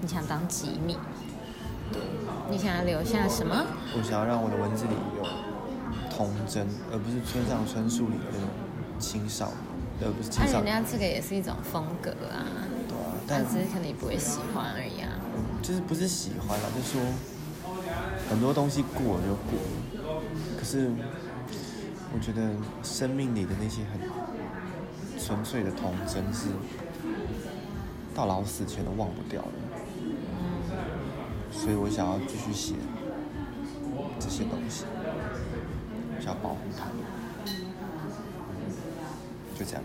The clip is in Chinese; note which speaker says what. Speaker 1: 你想当吉米，
Speaker 2: 对，
Speaker 1: 你想要留下什么？
Speaker 2: 我想要让我的文字里有童真，而不是村上春树里的那种青少年，而不是青
Speaker 1: 那、
Speaker 2: 少
Speaker 1: 啊人
Speaker 2: 年。
Speaker 1: 家这个也是一种风格啊，
Speaker 2: 对啊，
Speaker 1: 但
Speaker 2: 但
Speaker 1: 只是可能你不会喜欢而已啊。
Speaker 2: 就是不是喜欢啦，就说很多东西过了就过了，可是我觉得生命里的那些很纯粹的童真是到老死前都忘不掉的，所以我想要继续写这些东西，想要保护它们，嗯就这样。